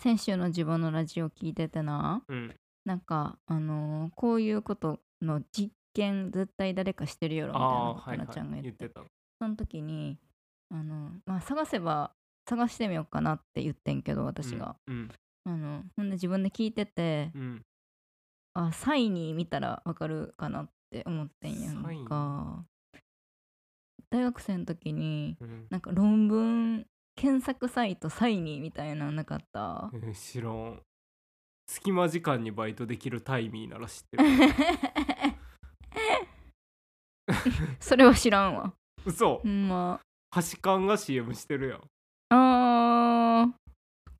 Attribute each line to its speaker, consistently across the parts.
Speaker 1: 先週の自分のラジオ聞いててな
Speaker 2: うん。
Speaker 1: なんかあのーこういうことの実験絶対誰かしてるやろみたいな
Speaker 2: ああ
Speaker 1: こと
Speaker 2: ー、はい、
Speaker 1: なっちゃん
Speaker 2: は
Speaker 1: が言
Speaker 2: い。言っ
Speaker 1: って
Speaker 2: てた。
Speaker 1: その時にあのまあ探せば探してみようかなって言ってんけど私が、
Speaker 2: うん。
Speaker 1: あのほんで自分で聞いてて
Speaker 2: う、ん。
Speaker 1: あサイニー見たらわかるかなって思ってんや
Speaker 2: サイニ
Speaker 1: ん
Speaker 2: ー
Speaker 1: か大学生の時に
Speaker 2: うん。
Speaker 1: なんか論文検索サイトサイニーみたいなのなかった
Speaker 2: うん、知らん。隙間時間にバイトできるタイミーなら知ってる。
Speaker 1: それは知らんわ
Speaker 2: 嘘
Speaker 1: ほんま
Speaker 2: 橋勘が CM してるやん。
Speaker 1: あー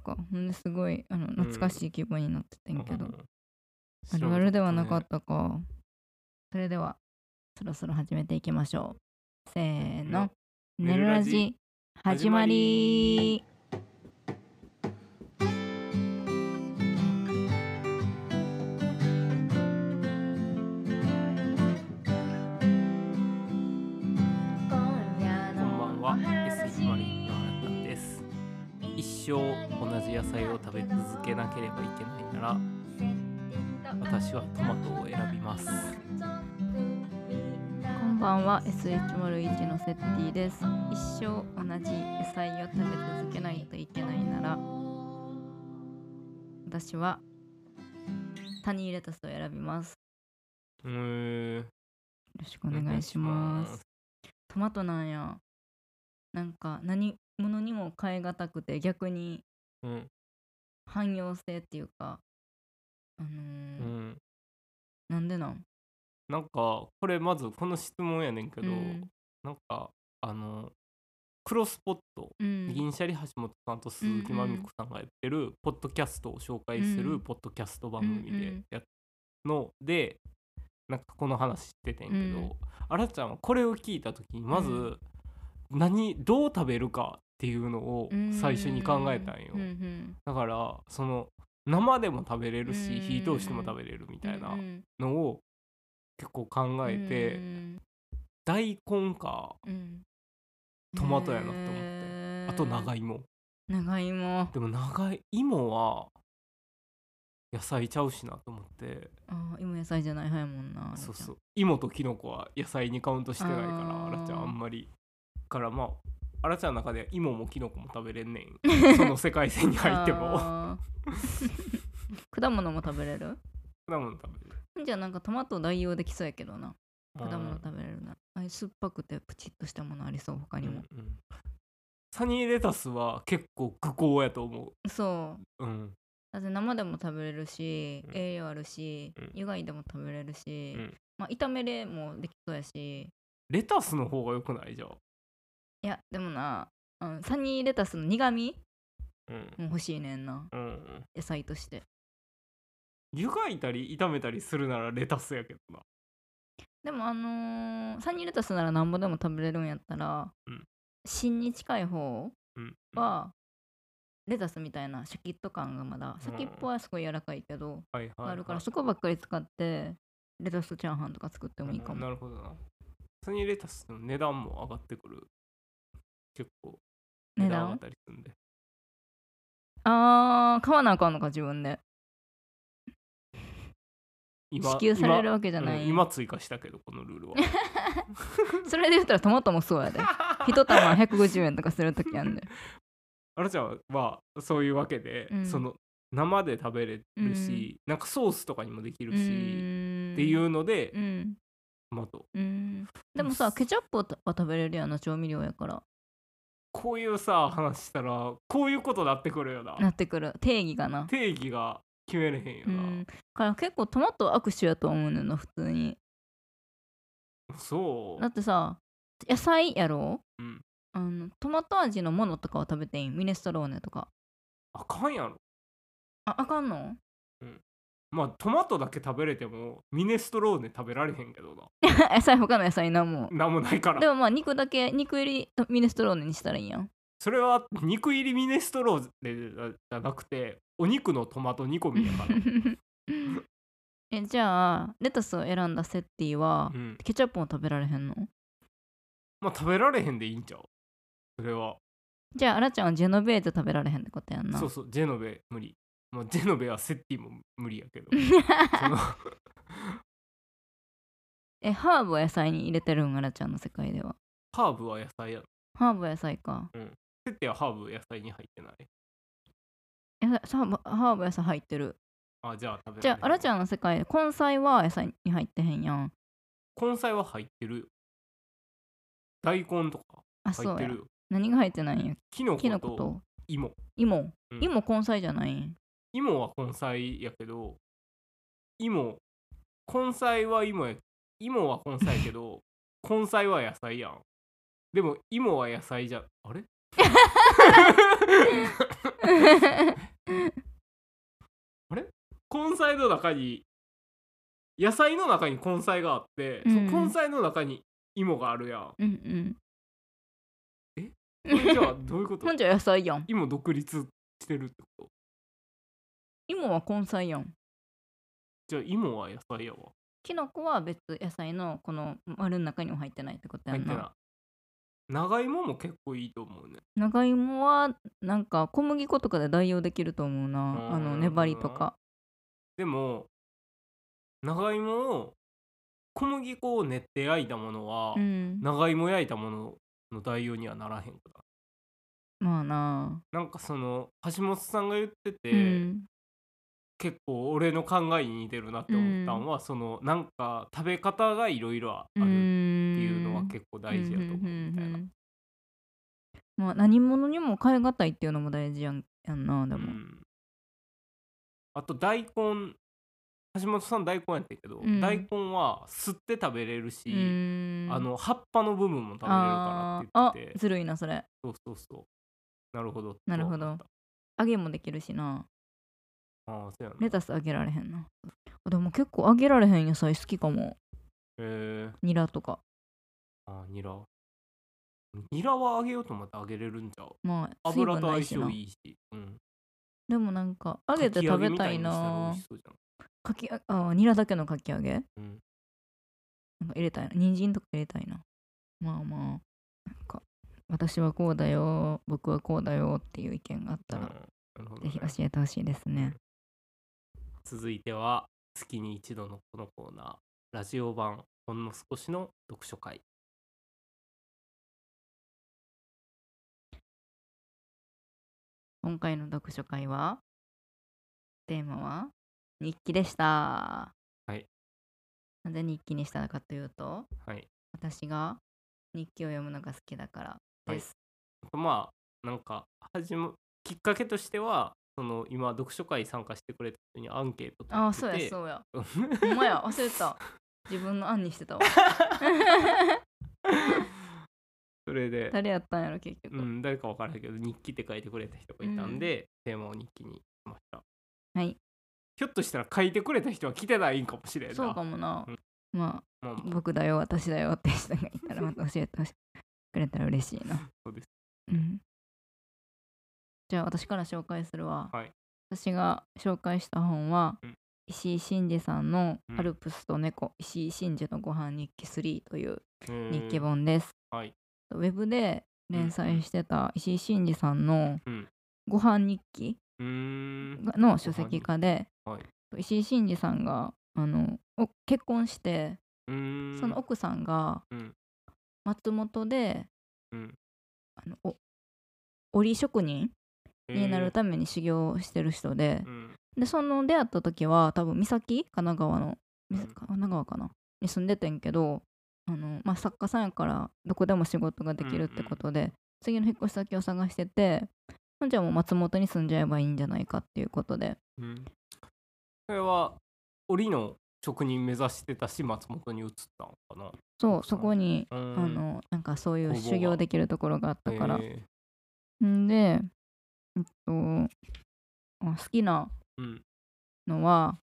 Speaker 1: そっかほんですごいあの懐かしい気分になっててんけど、
Speaker 2: うん
Speaker 1: あるあるではなかっ
Speaker 2: 知
Speaker 1: たか。それでは、そろそろ始めていきましょう。せーの。
Speaker 2: ね
Speaker 1: ね
Speaker 2: る
Speaker 1: る
Speaker 2: ラ
Speaker 1: ラ
Speaker 2: ジ
Speaker 1: ジ、
Speaker 2: 始
Speaker 1: 始
Speaker 2: ま
Speaker 1: ま
Speaker 2: り
Speaker 1: り。今夜
Speaker 2: らんこんばんは、エスイマリンの原田です。一生同じ野菜を食べ続けなければいけないなら、私はトマトを選びます。
Speaker 1: こんばんは SH01 のセッティです一生同じ野菜を食べ続けないといけないなら私はサニーレタスを選びます
Speaker 2: うーん。
Speaker 1: よろしくお願いします
Speaker 2: お願いします
Speaker 1: トマトなんやなんか何物にも変えがたくて逆に
Speaker 2: うん。
Speaker 1: 汎用性っていうかあのー
Speaker 2: うん。
Speaker 1: なんでなん
Speaker 2: なんかこれまずこの質問やねんけど、
Speaker 1: うん
Speaker 2: なんかあのクロスポット、
Speaker 1: うん
Speaker 2: 銀シャリ橋本さんと鈴木まみこさんがやってるポッドキャストを紹介す
Speaker 1: う
Speaker 2: る
Speaker 1: ん
Speaker 2: ポッドキャスト番組
Speaker 1: うんう
Speaker 2: で
Speaker 1: ん
Speaker 2: やっのでなんかこの話しててんけど、
Speaker 1: うん
Speaker 2: あらちゃんはこれを聞いた時にまず、
Speaker 1: うん
Speaker 2: 何どう食べるかっていうのを
Speaker 1: うん
Speaker 2: 最初に考えたんよ、
Speaker 1: うんうん
Speaker 2: だからその生でも食べれるし、
Speaker 1: うん
Speaker 2: 火通しても食べれるみたい
Speaker 1: うん
Speaker 2: な
Speaker 1: うん
Speaker 2: のを結構考えて、
Speaker 1: うん
Speaker 2: 大根か
Speaker 1: うん
Speaker 2: トマトやなって思って
Speaker 1: へー
Speaker 2: あと長芋
Speaker 1: 長芋
Speaker 2: でも長芋は野菜ちゃうしなと思って
Speaker 1: あー芋野菜じゃない早いもんな
Speaker 2: そうそうう芋とキノコは野菜にカウントしてないか
Speaker 1: あ
Speaker 2: らあ
Speaker 1: ー
Speaker 2: らちゃんあんまりからまああらちゃんの中では芋もキノコも食べれんね んその世界線に入っても
Speaker 1: 果物も食べれる
Speaker 2: 果物食べれる
Speaker 1: じゃあなんかトマト代用できそうやけどな
Speaker 2: うん
Speaker 1: 果物食べれるなあれ酸っぱくてプチッとしたものありそう他にも、
Speaker 2: うんうんサニーレタスは結構苦行やと思
Speaker 1: そう
Speaker 2: ううん
Speaker 1: だって生でも食べれるし、
Speaker 2: うん
Speaker 1: 栄養あるし、
Speaker 2: うん
Speaker 1: 湯がいでも食べれるし、
Speaker 2: うん
Speaker 1: まあ炒めれもできそうやし
Speaker 2: レタスの方が良くないじゃあ
Speaker 1: いやでもな、うん、サニーレタスの苦味
Speaker 2: うん
Speaker 1: も欲しいねんな
Speaker 2: うん
Speaker 1: 野菜として
Speaker 2: 湯がいたり炒めたりするならレタスやけどな
Speaker 1: でもあのーサニーレタスならなんぼでも食べれるんやったら、
Speaker 2: うん
Speaker 1: 芯に近い方
Speaker 2: うん
Speaker 1: は、レタスみたいなシャキッと感がまだ先っぽはすごい柔らかいけど、
Speaker 2: はいはい、はい、
Speaker 1: あるからそこばっかり使ってレタスチャーハンとか作ってもいいか
Speaker 2: うんな
Speaker 1: も、
Speaker 2: るほどなサニーレタスの値段も上がってくる結構
Speaker 1: 値段
Speaker 2: 上がったりするんで
Speaker 1: あー買わなあかんのか自分で
Speaker 2: 今
Speaker 1: 支給される
Speaker 2: 今
Speaker 1: わけじゃな
Speaker 2: う
Speaker 1: い、
Speaker 2: ん今追加したけどこのル ールは
Speaker 1: それで言ったらトマトも そうやで一玉150円とかするときやんで
Speaker 2: あらちゃんはそういうわけで、
Speaker 1: うん
Speaker 2: その生で食べれるし、なんかソースとかにもできるし、って
Speaker 1: う
Speaker 2: い
Speaker 1: ん
Speaker 2: うので
Speaker 1: う、ん
Speaker 2: まあと
Speaker 1: うんでもさケチャップは食べれるやんな調味料やから
Speaker 2: こういうさ話したらこういうことなってくるよな
Speaker 1: なってくる定義かな
Speaker 2: 定義が決めれへんよ
Speaker 1: う
Speaker 2: な、
Speaker 1: んから結構トマトは握手やと思うねんな普通に
Speaker 2: そ
Speaker 1: だってさ野菜やろ
Speaker 2: う、うん、
Speaker 1: あのトマト味のものとかは食べていいミネストローネとか
Speaker 2: あかんやろ
Speaker 1: ああかんの
Speaker 2: まあトマトだけ食べれてもミネストローネ食べられへんけどな
Speaker 1: 野菜他の野菜なんも
Speaker 2: なんもないから
Speaker 1: でもまあ肉だけ肉入りとミネストローネにしたらいいやん
Speaker 2: それは肉入りミネストローネじゃなくてお肉のトマト煮込み やから
Speaker 1: えじゃあレタスを選んだセッティは
Speaker 2: うん
Speaker 1: ケチャップも食べられへんの
Speaker 2: まあ食べられへんでいいんちゃうそれは
Speaker 1: じゃああらちゃんはジェノベーゼ食べられへんってことやんな
Speaker 2: そうそうジェノベ無理、まあ、ジェノベはセッティも無理や けどその
Speaker 1: えハーブを野菜に入れてるんあらちゃんの世界では
Speaker 2: ハーブは野菜やろ
Speaker 1: ハーブは野菜か
Speaker 2: セッティはハーブ野菜に入ってない
Speaker 1: えさハーブハーブ野菜入ってる
Speaker 2: あじゃあ食べられ
Speaker 1: じゃああらち
Speaker 2: ん
Speaker 1: ゃんの世界で根菜は野菜に入ってへんやん
Speaker 2: 根菜は入ってるよ大根とか
Speaker 1: あ
Speaker 2: 入
Speaker 1: そ
Speaker 2: っ
Speaker 1: う
Speaker 2: て
Speaker 1: や
Speaker 2: るよ
Speaker 1: 何が入ってないんや
Speaker 2: キノ
Speaker 1: キノ
Speaker 2: コ
Speaker 1: コ
Speaker 2: と
Speaker 1: と
Speaker 2: 芋
Speaker 1: 芋
Speaker 2: うん
Speaker 1: 芋根菜じゃ ないん
Speaker 2: 芋は根菜やけど芋根菜は芋や芋は根菜やけど根菜は野菜やんでも芋は野菜じゃあれあれ根菜の中に野菜の中に根菜があって、そ
Speaker 1: うん
Speaker 2: 根菜の中に芋があるや ん
Speaker 1: うんうん
Speaker 2: これじゃあどういうこと
Speaker 1: ほんじゃ野菜やん
Speaker 2: 芋独立してるってこと
Speaker 1: 芋は根菜やん
Speaker 2: じゃあ芋は野菜やわ
Speaker 1: キノコは別野菜のこの丸の中にも入ってないってことや
Speaker 2: 入っ
Speaker 1: ん
Speaker 2: て
Speaker 1: な
Speaker 2: ない長芋も結構いいと思うね
Speaker 1: 長芋はなんか小麦粉とかで代用できると思うなあの粘りとか
Speaker 2: でも長芋を小麦粉を練って焼いたものは、
Speaker 1: うん
Speaker 2: 長芋焼いたものの代用にはならへんか
Speaker 1: まあな
Speaker 2: らなんかその橋本さんが言ってて、
Speaker 1: うん
Speaker 2: 結構俺の考えに似てるなって思ったのは、そのなんか食べ方がいろいろあ
Speaker 1: う
Speaker 2: るって
Speaker 1: ん
Speaker 2: いうのは結構大事やと思うみたいな。
Speaker 1: んまあ何物にも変えがたいっていうのも大事やんやんなで
Speaker 2: う
Speaker 1: も
Speaker 2: んあと大根橋本さん大根やったけど、
Speaker 1: うん
Speaker 2: 大根は吸って食べれる
Speaker 1: う
Speaker 2: し、
Speaker 1: ん
Speaker 2: あの葉っぱの部分も食べれるから
Speaker 1: あ
Speaker 2: って言って
Speaker 1: あ
Speaker 2: て
Speaker 1: ずるいなそれ
Speaker 2: そうそうそうなるほど
Speaker 1: なるほど揚げもできるしな
Speaker 2: ああそうやな
Speaker 1: レタス揚げられへんなあでも結構揚げられへん野菜好きかも
Speaker 2: えー、
Speaker 1: ニラとか
Speaker 2: あーニラニラは揚げようと思って揚げれるんちゃう
Speaker 1: まあ水
Speaker 2: 油
Speaker 1: 分
Speaker 2: と
Speaker 1: な
Speaker 2: 相
Speaker 1: いし
Speaker 2: 性
Speaker 1: ない
Speaker 2: いし、うん、
Speaker 1: でもなんか揚げて食べたいな
Speaker 2: かき揚げみたいにしたら美味しそうじ
Speaker 1: かきああニラだけのかき揚げなんか
Speaker 2: ゃん、うん、
Speaker 1: 入れたいな人参とか入れたいなまあまあなんか私はこうだよ僕はこうだよっていう意見があった
Speaker 2: うん
Speaker 1: ら、
Speaker 2: なるほど
Speaker 1: ぜひ
Speaker 2: ね
Speaker 1: 教えてほしいですね
Speaker 2: 続いては月に一度のこのコーナーラジオ版ほんの少しの読書会
Speaker 1: 今回の読書会はテーマは日記でした
Speaker 2: はい
Speaker 1: なぜ日記にしたのかというと
Speaker 2: はい
Speaker 1: 私が日記を読むのが好きだからです、
Speaker 2: まあなんか始まきっかけとしてはその今読書会参加してくれた人にアンケート取ってて
Speaker 1: ああそうやそうや
Speaker 2: うん
Speaker 1: ほんまや忘れてた自分の案にしてたわ
Speaker 2: それで、
Speaker 1: 誰やったんやろ結局、
Speaker 2: うん、誰か分からないけど日記って書いてくれた人がいたんで、テーマを日記にしました
Speaker 1: はい
Speaker 2: ひょっとしたら書いてくれた人は来てないんかもしれんない
Speaker 1: そうかもな、
Speaker 2: うん
Speaker 1: ま
Speaker 2: まあま
Speaker 1: あ
Speaker 2: あ
Speaker 1: 僕だよ私だよって人がいたらまた教えてほしくれたら嬉しいな
Speaker 2: そうです
Speaker 1: うんじゃあ私から紹介するわ、
Speaker 2: はい
Speaker 1: 私が紹介した本は、
Speaker 2: うん
Speaker 1: 石井真二さんの
Speaker 2: う
Speaker 1: 「
Speaker 2: ん
Speaker 1: アルプスと猫、石井真二のご飯日記3」という日記
Speaker 2: うん
Speaker 1: 本です、
Speaker 2: はい
Speaker 1: ウェブで連載してた石井真二さんの
Speaker 2: うん
Speaker 1: 「ご飯日記
Speaker 2: うー」ん
Speaker 1: がの書籍化で、
Speaker 2: ご飯日
Speaker 1: 石井真二さんがあのお結婚して
Speaker 2: うーん
Speaker 1: その奥さんが
Speaker 2: うん
Speaker 1: 松本で
Speaker 2: うん
Speaker 1: あのお織職人になる
Speaker 2: た
Speaker 1: ために修行をしてる人で
Speaker 2: う、ん
Speaker 1: でその出会った時は多分三崎神奈川のみさ
Speaker 2: うん
Speaker 1: 神奈川かなに住んでてんけどあの、まあ、作家さんやからどこでも仕事ができるってことで、次の引っ越し先を探しててほんじゃもう松本に住んじゃえばいいんじゃないかっていうことで
Speaker 2: うんそれは織の職人目指してたし松本に移ったのかな
Speaker 1: そうそこに、
Speaker 2: あ
Speaker 1: あのなんかそうい
Speaker 2: 工
Speaker 1: う
Speaker 2: 房が
Speaker 1: 修行できるところがあったから、んで、えっと、あ好きな
Speaker 2: うん
Speaker 1: のは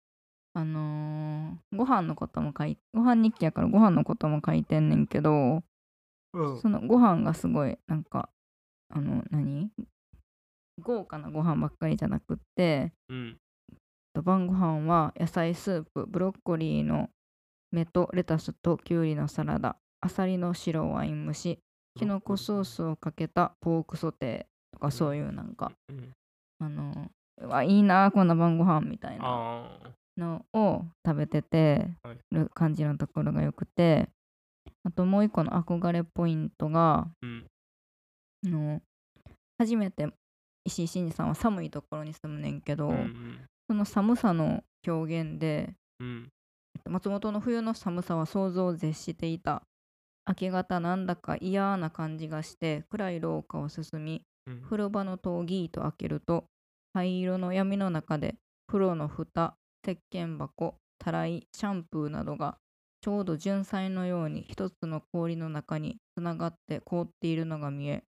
Speaker 1: あのーご飯のことも書いご飯日記やからご飯のことも書いてんねんけど
Speaker 2: うん
Speaker 1: そのご飯がすごいなんかあの何豪華なご飯ばっかりじゃなくって
Speaker 2: うん
Speaker 1: 晩ご飯は野菜スープブロッコリーの芽とレタスときゅうりのサラダあさりの白ワイン蒸しきのこソースをかけたポークソテとかそういうなんか
Speaker 2: うんうん
Speaker 1: あのうわいいなこんな晩ご飯みたいな
Speaker 2: ああ
Speaker 1: のを食べてて
Speaker 2: はい
Speaker 1: る感じのところがよくてあともう一個の憧れポイントが
Speaker 2: うん
Speaker 1: あの初めて石井真二さんは寒いところに住むねんけど、
Speaker 2: うん
Speaker 1: その寒さの表現で
Speaker 2: うん
Speaker 1: えっと松本の冬の寒さは想像を絶していた明け方なんだか嫌な感じがして暗い廊下を進み
Speaker 2: うん
Speaker 1: 風呂場の戸をギーと開けると灰色の闇の中で風呂の蓋石鹸箱たらいシャンプーなどがちょうど純菜のように一つの氷の中につながって凍っているのが見え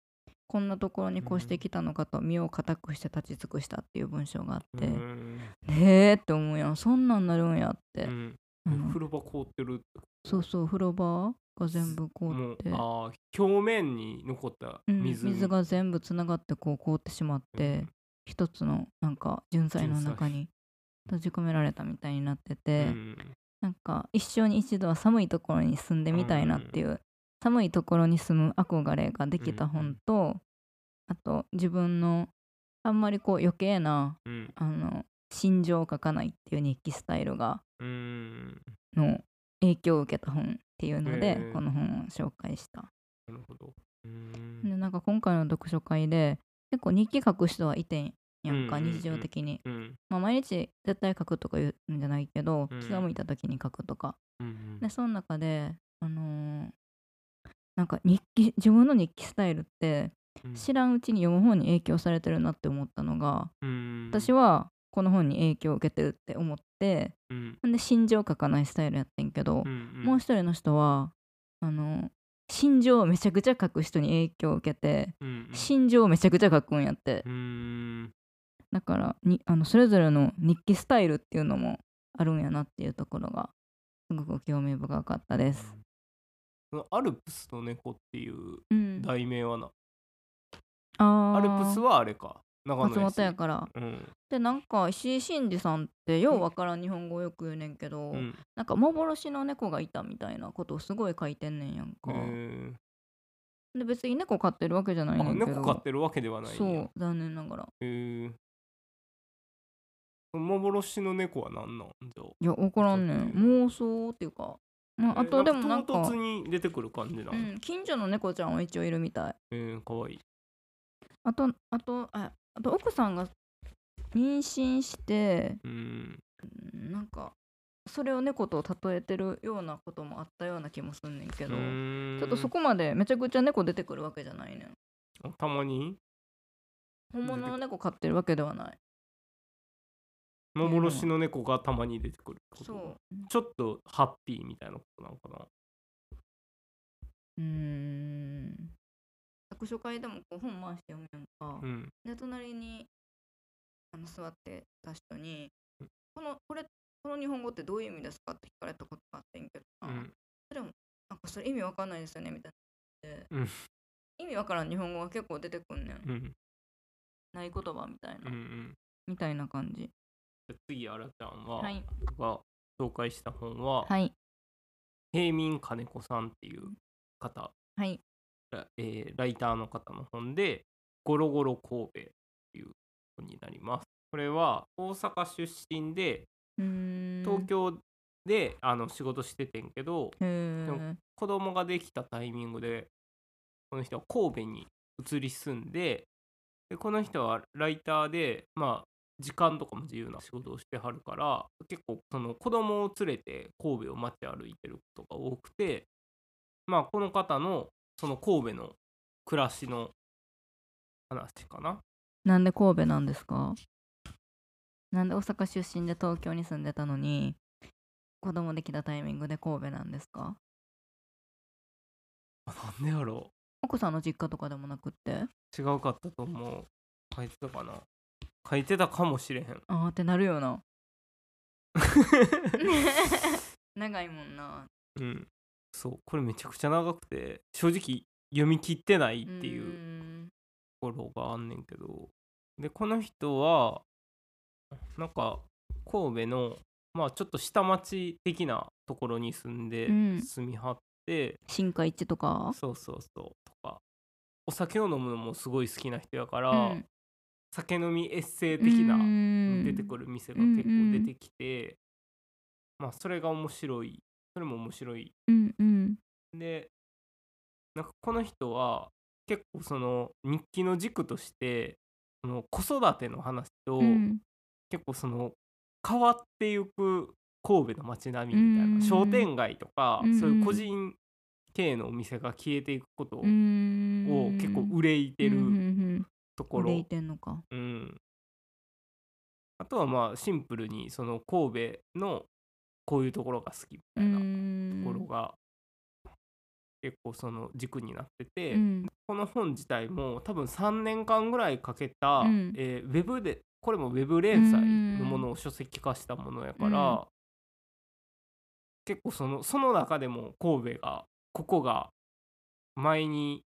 Speaker 1: こんなところに越してきたのかと身を固くして立ち尽くしたっていう文章があって、
Speaker 2: うん
Speaker 1: へえって思うやんそんなんなるんやって、
Speaker 2: うん
Speaker 1: うん
Speaker 2: 風呂場凍ってる
Speaker 1: そうそう風呂場が全部凍っ
Speaker 2: もう
Speaker 1: て、
Speaker 2: あー表面に残った
Speaker 1: うん
Speaker 2: 水,、
Speaker 1: 水が全部つながってこう凍ってしまって、一つのなんか純菜の中に閉じ込められたみたいになって
Speaker 2: う
Speaker 1: て、
Speaker 2: ん
Speaker 1: なんか一生に一度は寒いところに住んでみたいなっていう、寒いところに住む憧れができた本と、あと自分のあんまりこう余計な
Speaker 2: うん
Speaker 1: あの心情を書かないっていう日記スタイルが
Speaker 2: うん
Speaker 1: の影響を受けた本っていうので、
Speaker 2: へえ
Speaker 1: この本を紹介した。
Speaker 2: なるほどうん
Speaker 1: でなんか今回の読書会で結構日記書く人はいてんやんか、
Speaker 2: うんうんうん
Speaker 1: 日常的に、
Speaker 2: うん
Speaker 1: まあ、毎日絶対書くとか言うんじゃないけど、
Speaker 2: うん
Speaker 1: 気が向いた時に書くとか
Speaker 2: うん
Speaker 1: でその中であのーなんか日記自分の日記スタイルって
Speaker 2: うん
Speaker 1: 知らんうちに読む本に影響されてるなって思ったのが
Speaker 2: うん
Speaker 1: 私はこの本に影響を受けてるって思って
Speaker 2: うん
Speaker 1: んで心情書かないスタイルやってんけど、
Speaker 2: うん
Speaker 1: もう一人の人はあの心情をめちゃくちゃ書く人に影響を受けて
Speaker 2: うんうん
Speaker 1: 心情をめちゃくちゃ書くんやって
Speaker 2: うん
Speaker 1: だからにあのそれぞれの日記スタイルっていうのもあるんやなっていうところがすごく興味深かったです。
Speaker 2: このアルプスの猫っていう
Speaker 1: うん、
Speaker 2: 題名はな、
Speaker 1: あ
Speaker 2: アルプス
Speaker 1: は
Speaker 2: はあれか長野
Speaker 1: 松本やから
Speaker 2: うん
Speaker 1: でなんか石井真二さんってようわからん日本語をよく言うねんけど、
Speaker 2: うん
Speaker 1: なんか幻の猫がいたみたいなことをすごい書いてんねんやんか、
Speaker 2: え
Speaker 1: で別に猫飼ってるわけじゃない
Speaker 2: ー
Speaker 1: ね
Speaker 2: あ
Speaker 1: んけど
Speaker 2: 猫飼ってるわけではないんや
Speaker 1: そう残念ながら
Speaker 2: へー幻の猫は何なんじゃ
Speaker 1: いや分からんねん
Speaker 2: ちょっと
Speaker 1: 妄想っていうかまああとでもなん
Speaker 2: 唐
Speaker 1: か
Speaker 2: 突に出てくる感じなの、
Speaker 1: うん、近所の猫ちゃんは一応いるみたい
Speaker 2: えー、かわいい
Speaker 1: あとあとああと奥さんが妊娠して
Speaker 2: うん
Speaker 1: うんなんかそれを猫と例えてるようなこともあったような気もすんねんけど、ち
Speaker 2: ょ
Speaker 1: ょっとそこまでめちゃくちゃ猫出てくるわけじゃないねん
Speaker 2: たまに
Speaker 1: 本物の猫飼ってるわけではない
Speaker 2: 幻の猫がたまに出てくるってこと
Speaker 1: そう
Speaker 2: ちょっとハッピーみたいなことなのかな
Speaker 1: うーん読書会でもこう本回して読むやんか、
Speaker 2: うん
Speaker 1: で隣にあの座ってた人に
Speaker 2: うん
Speaker 1: 「このこれこの日本語ってどういう意味ですか?」って聞かれたことがあってんけど
Speaker 2: う
Speaker 1: な、
Speaker 2: ん
Speaker 1: それもなんかそれ意味わかんないですよねみたいなで、
Speaker 2: うん
Speaker 1: 意味わからん日本語が結構出てくんねん、
Speaker 2: うん
Speaker 1: ない言葉みたい
Speaker 2: うんう
Speaker 1: な、
Speaker 2: ん
Speaker 1: みたいな感じ
Speaker 2: じゃあ次あらちゃんは、
Speaker 1: はい
Speaker 2: が紹介した本は、
Speaker 1: はい
Speaker 2: 平民金子さんっていう方、
Speaker 1: はい
Speaker 2: らえーライターの方の本で「ゴロゴロ神戸」っていう本になります。これは大阪出身で
Speaker 1: うーん
Speaker 2: 東京で、あの仕事しててんけど
Speaker 1: へ
Speaker 2: で
Speaker 1: ー
Speaker 2: も子供ができたタイミングでこの人は神戸に移り住んででこの人はライターでまあ時間とかも自由な仕事をしてはるから結構その子供を連れて神戸を街歩いてることが多くてまあこの方のその神戸の暮らしの話かな。
Speaker 1: なんで神戸なんですかなんで大阪出身で東京に住んでたのに子供できたタイミングで神戸なんですか
Speaker 2: あなんでやろ
Speaker 1: 奥さんの実家とかでもなくって
Speaker 2: う違うかったと思う。書いてたかな書いてたかもしれへん。
Speaker 1: あーってなるよな 長いもんな
Speaker 2: うん、そうこれめちゃくちゃ長くて正直読み切ってないっていうう
Speaker 1: ーん
Speaker 2: ところがあんねんけどでこの人はなんか神戸のまあちょっと下町的なところに住んで
Speaker 1: うん
Speaker 2: 住みはって、
Speaker 1: 新海一とか
Speaker 2: そうそうそうとかお酒を飲むのもすごい好きな人やから、
Speaker 1: うん
Speaker 2: 酒飲みエッセイ的な出て
Speaker 1: る
Speaker 2: くる店が結構出てきて、まあそれが面白いそれも面白い
Speaker 1: うんうん
Speaker 2: でなんかこの人は結構その日記の軸としてその子育ての話と
Speaker 1: うん
Speaker 2: 結構その変わってゆく神戸の街並みみたい
Speaker 1: うん
Speaker 2: な商店街とか
Speaker 1: うん
Speaker 2: そういう個人経営のお店が消えていくことを
Speaker 1: を
Speaker 2: 結構憂いて
Speaker 1: うんうん
Speaker 2: る
Speaker 1: うん
Speaker 2: ところ
Speaker 1: 憂いてんのか
Speaker 2: うん、あとはまあシンプルにその神戸のこういうところが好きみたいなところが結構その軸になってて、
Speaker 1: うん
Speaker 2: この本自体も多分3年間ぐらいかけた、
Speaker 1: うん
Speaker 2: えーウェブでこれもウェブ連載のものを書籍化したものやから、
Speaker 1: うん
Speaker 2: 結構そのその中でも神戸がここが前に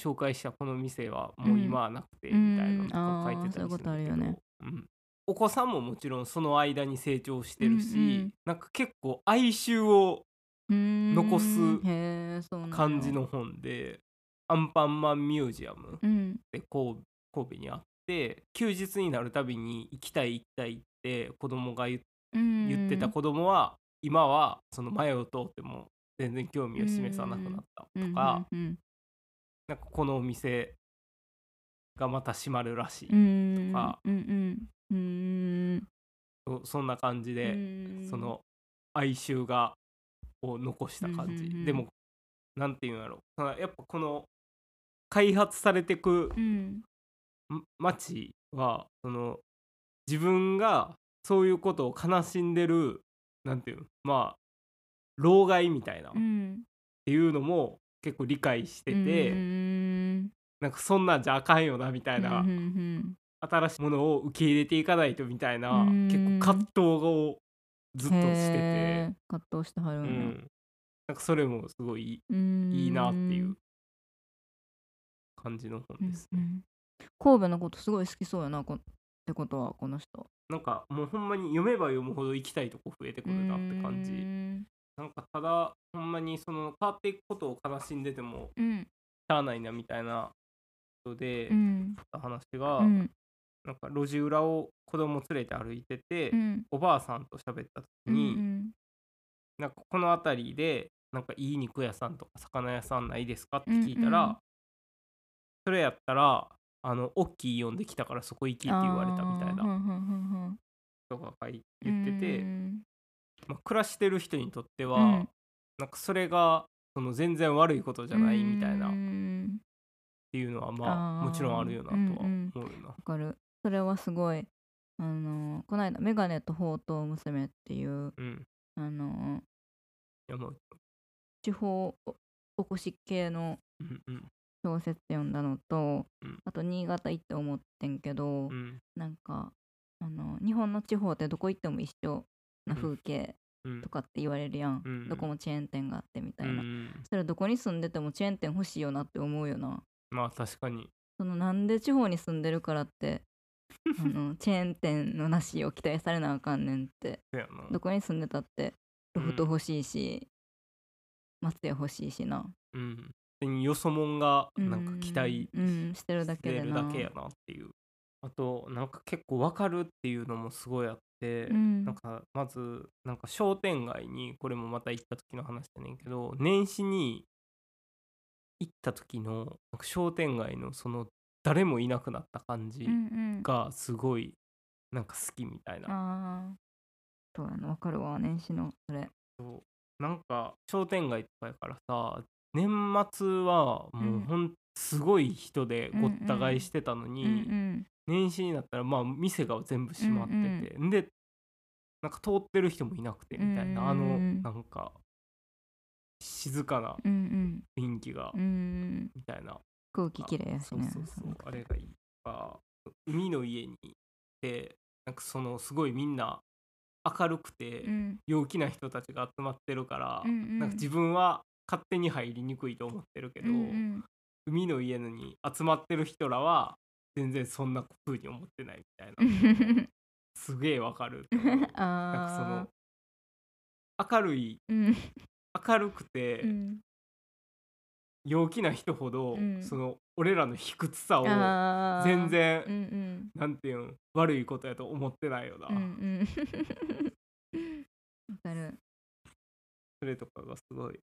Speaker 2: 紹介したこの店はもう今はなくてみたいなのとか書いてたりす
Speaker 1: うんあーそうい
Speaker 2: るんだけど、
Speaker 1: うことあるよね
Speaker 2: うんお子さんももちろんその間に成長してるし、
Speaker 1: うんうん
Speaker 2: なんか結構哀愁を残す感
Speaker 1: 感
Speaker 2: じの本で「アンパンマンミュージアム」
Speaker 1: うん
Speaker 2: で神戸神戸にあって休日になるたびに行きたい行きたいって子供が言っ
Speaker 1: うん
Speaker 2: 言ってた子供は今はその前を通っても全然興味を示さなくなったとか
Speaker 1: うんうん
Speaker 2: なんかこのお店がまた閉まるらし
Speaker 1: う
Speaker 2: い
Speaker 1: ん
Speaker 2: とか
Speaker 1: うんうんうん
Speaker 2: そそんな感じで
Speaker 1: うん
Speaker 2: その哀愁がを残した感
Speaker 1: うんうんう
Speaker 2: じ
Speaker 1: ん
Speaker 2: でもなんていうんやろそのやっぱこの開発されてく
Speaker 1: うん
Speaker 2: ん町はその自分がそういうことを悲しんでるなんていうのまあ老害みたいなっ
Speaker 1: うん
Speaker 2: ていうのも結構理解してて、
Speaker 1: うんうん
Speaker 2: なんかそんなんじゃあかんよなみたいな、
Speaker 1: うんうん
Speaker 2: 新しいものを受け入れていかないとみたいな、
Speaker 1: うん
Speaker 2: 結構葛藤をずっとして
Speaker 1: へ
Speaker 2: て
Speaker 1: ー、葛藤してはる
Speaker 2: うんん、なんかそれもすごい
Speaker 1: だ
Speaker 2: いいなってい
Speaker 1: ん
Speaker 2: う感じの本ですね。
Speaker 1: うんうん神戸のことすごい好きそうやなこってことはこの人
Speaker 2: なんかもうほんまに読めば読むほど行きたいとこ増えてくるなって感じ。
Speaker 1: うん
Speaker 2: なんかただほんまにその変わっていくことを悲しんでても
Speaker 1: うん
Speaker 2: しゃあないなみたいなことで、
Speaker 1: うん
Speaker 2: 話が、
Speaker 1: うん
Speaker 2: なんか路地裏を子供連れて歩いてて、
Speaker 1: うん
Speaker 2: おばあさんと喋った時に、なんかこの辺りでなんかいい肉屋さんとか魚屋さんないですかって聞いたら、
Speaker 1: うんうん
Speaker 2: それやったらあの大きいイオンできたからそこ行きって言われたみたい
Speaker 1: あーふん
Speaker 2: な
Speaker 1: ふんふんふん
Speaker 2: 人が書い言ってて、
Speaker 1: うん
Speaker 2: まあ、暮らしてる人にとっては、
Speaker 1: うん
Speaker 2: なんかそれがその全然悪いことじゃないみたいな。
Speaker 1: うん
Speaker 2: っていうのはまあ
Speaker 1: あー
Speaker 2: もちろんあるよなとは思うよな。
Speaker 1: わかるそれはすごいあのこの間「メガネと宝刀娘」っていう
Speaker 2: うん。
Speaker 1: あの
Speaker 2: 山内
Speaker 1: 地方おおこし系の
Speaker 2: うんうん
Speaker 1: 小説読んだのと、
Speaker 2: うん
Speaker 1: あと新潟行って思ってんけど、
Speaker 2: うん
Speaker 1: なんかあの日本の地方ってどこ行っても一緒な風景
Speaker 2: うん
Speaker 1: とかって言われるやん、
Speaker 2: うん
Speaker 1: どこもチェーン店があってみた
Speaker 2: う
Speaker 1: いな、
Speaker 2: ん。
Speaker 1: それどこに住んでてもチェーン店欲しいよなって思うよな
Speaker 2: まあ確かに。
Speaker 1: そのなんで地方に住んでるからってあ のチェーン店のなしを期待されなあかんねんって
Speaker 2: そうや
Speaker 1: ど
Speaker 2: な。
Speaker 1: こに住んでたってロフト欲しいし、松屋欲しいしな
Speaker 2: うん。でよそもんがなんか期待
Speaker 1: うんうんしてるだ
Speaker 2: して
Speaker 1: けで
Speaker 2: る
Speaker 1: な
Speaker 2: だけやなっていう。あとなんか結構わかるっていうのもすごいあって、
Speaker 1: うん
Speaker 2: なんかまずなんか商店街にこれもまた行った時の話やねんけど年始に行った時のなんか商店街のその誰もいなくなった感じ。
Speaker 1: うん
Speaker 2: がすごいなんか好きみたい
Speaker 1: うん、
Speaker 2: な
Speaker 1: ああそうやなわかるわ年始のそれ
Speaker 2: なんか商店街とかやからさ年末はもうほんすごい人でごった返してたの
Speaker 1: う
Speaker 2: に、
Speaker 1: んうん
Speaker 2: 年始になったらまあ店が全部閉まってて、んでなんか通ってる人もいなくてみたいな、あ
Speaker 1: う
Speaker 2: の
Speaker 1: ん
Speaker 2: なんか静かな
Speaker 1: うん
Speaker 2: 雰囲気が、
Speaker 1: うんうん
Speaker 2: みたいな
Speaker 1: 空気きれいやしね
Speaker 2: そうそうそう
Speaker 1: の
Speaker 2: あれがいいあ海の家に行ってなんかそのすごいみんな明るくて、
Speaker 1: うん
Speaker 2: 陽気な人たちが集まってるから、
Speaker 1: うんうん
Speaker 2: なんか自分は勝手に入りにくいと思ってるけど、
Speaker 1: うんうん
Speaker 2: 海の家に集まってる人らは全然そんな風に思ってないみたいな、すげえわかる と思うなんかその
Speaker 1: あ
Speaker 2: 明るい
Speaker 1: ーうん
Speaker 2: 明るくて、
Speaker 1: うん
Speaker 2: 陽気な人ほど、
Speaker 1: うん
Speaker 2: その俺らの卑屈さを
Speaker 1: あー
Speaker 2: 全然、
Speaker 1: うんうん
Speaker 2: なんていうん悪いことやと思ってないよな、
Speaker 1: うんうん わかる
Speaker 2: それとかがすごい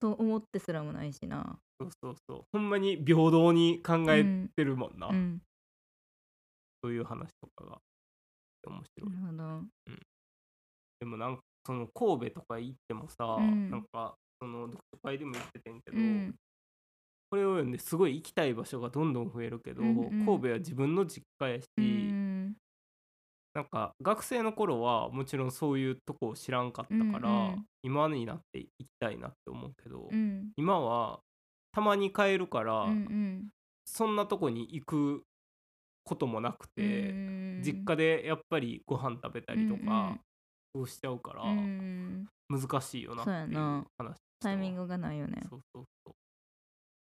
Speaker 1: そう思ってすらもないしな
Speaker 2: そうそうそうほんまに平等に考
Speaker 1: う
Speaker 2: え
Speaker 1: ん
Speaker 2: てるもんな、
Speaker 1: うん
Speaker 2: そういう話とかが面白い、
Speaker 1: なるほど
Speaker 2: でもなんかその神戸とか行ってもさ、
Speaker 1: うん
Speaker 2: なんかその読書会でも言っててんけど、
Speaker 1: うん
Speaker 2: これを読んですごい行きたい場所がどんどん増えるけど、
Speaker 1: うんうん
Speaker 2: 神戸は自分の実家やし、
Speaker 1: うん
Speaker 2: なんか学生の頃はもちろんそういうとこを知らんかったから、
Speaker 1: うんうん
Speaker 2: 今になって行きたいなって思うけど、
Speaker 1: うん
Speaker 2: 今はたまに帰るから、
Speaker 1: うん
Speaker 2: そんなとこに行くこともなく
Speaker 1: う
Speaker 2: て、
Speaker 1: ん
Speaker 2: 実家でやっぱりご飯食べたりとか、そうしちゃうから
Speaker 1: うんうん
Speaker 2: 難しいよなっていう
Speaker 1: そうやな
Speaker 2: 話
Speaker 1: タイミングがないよね
Speaker 2: そうそうそう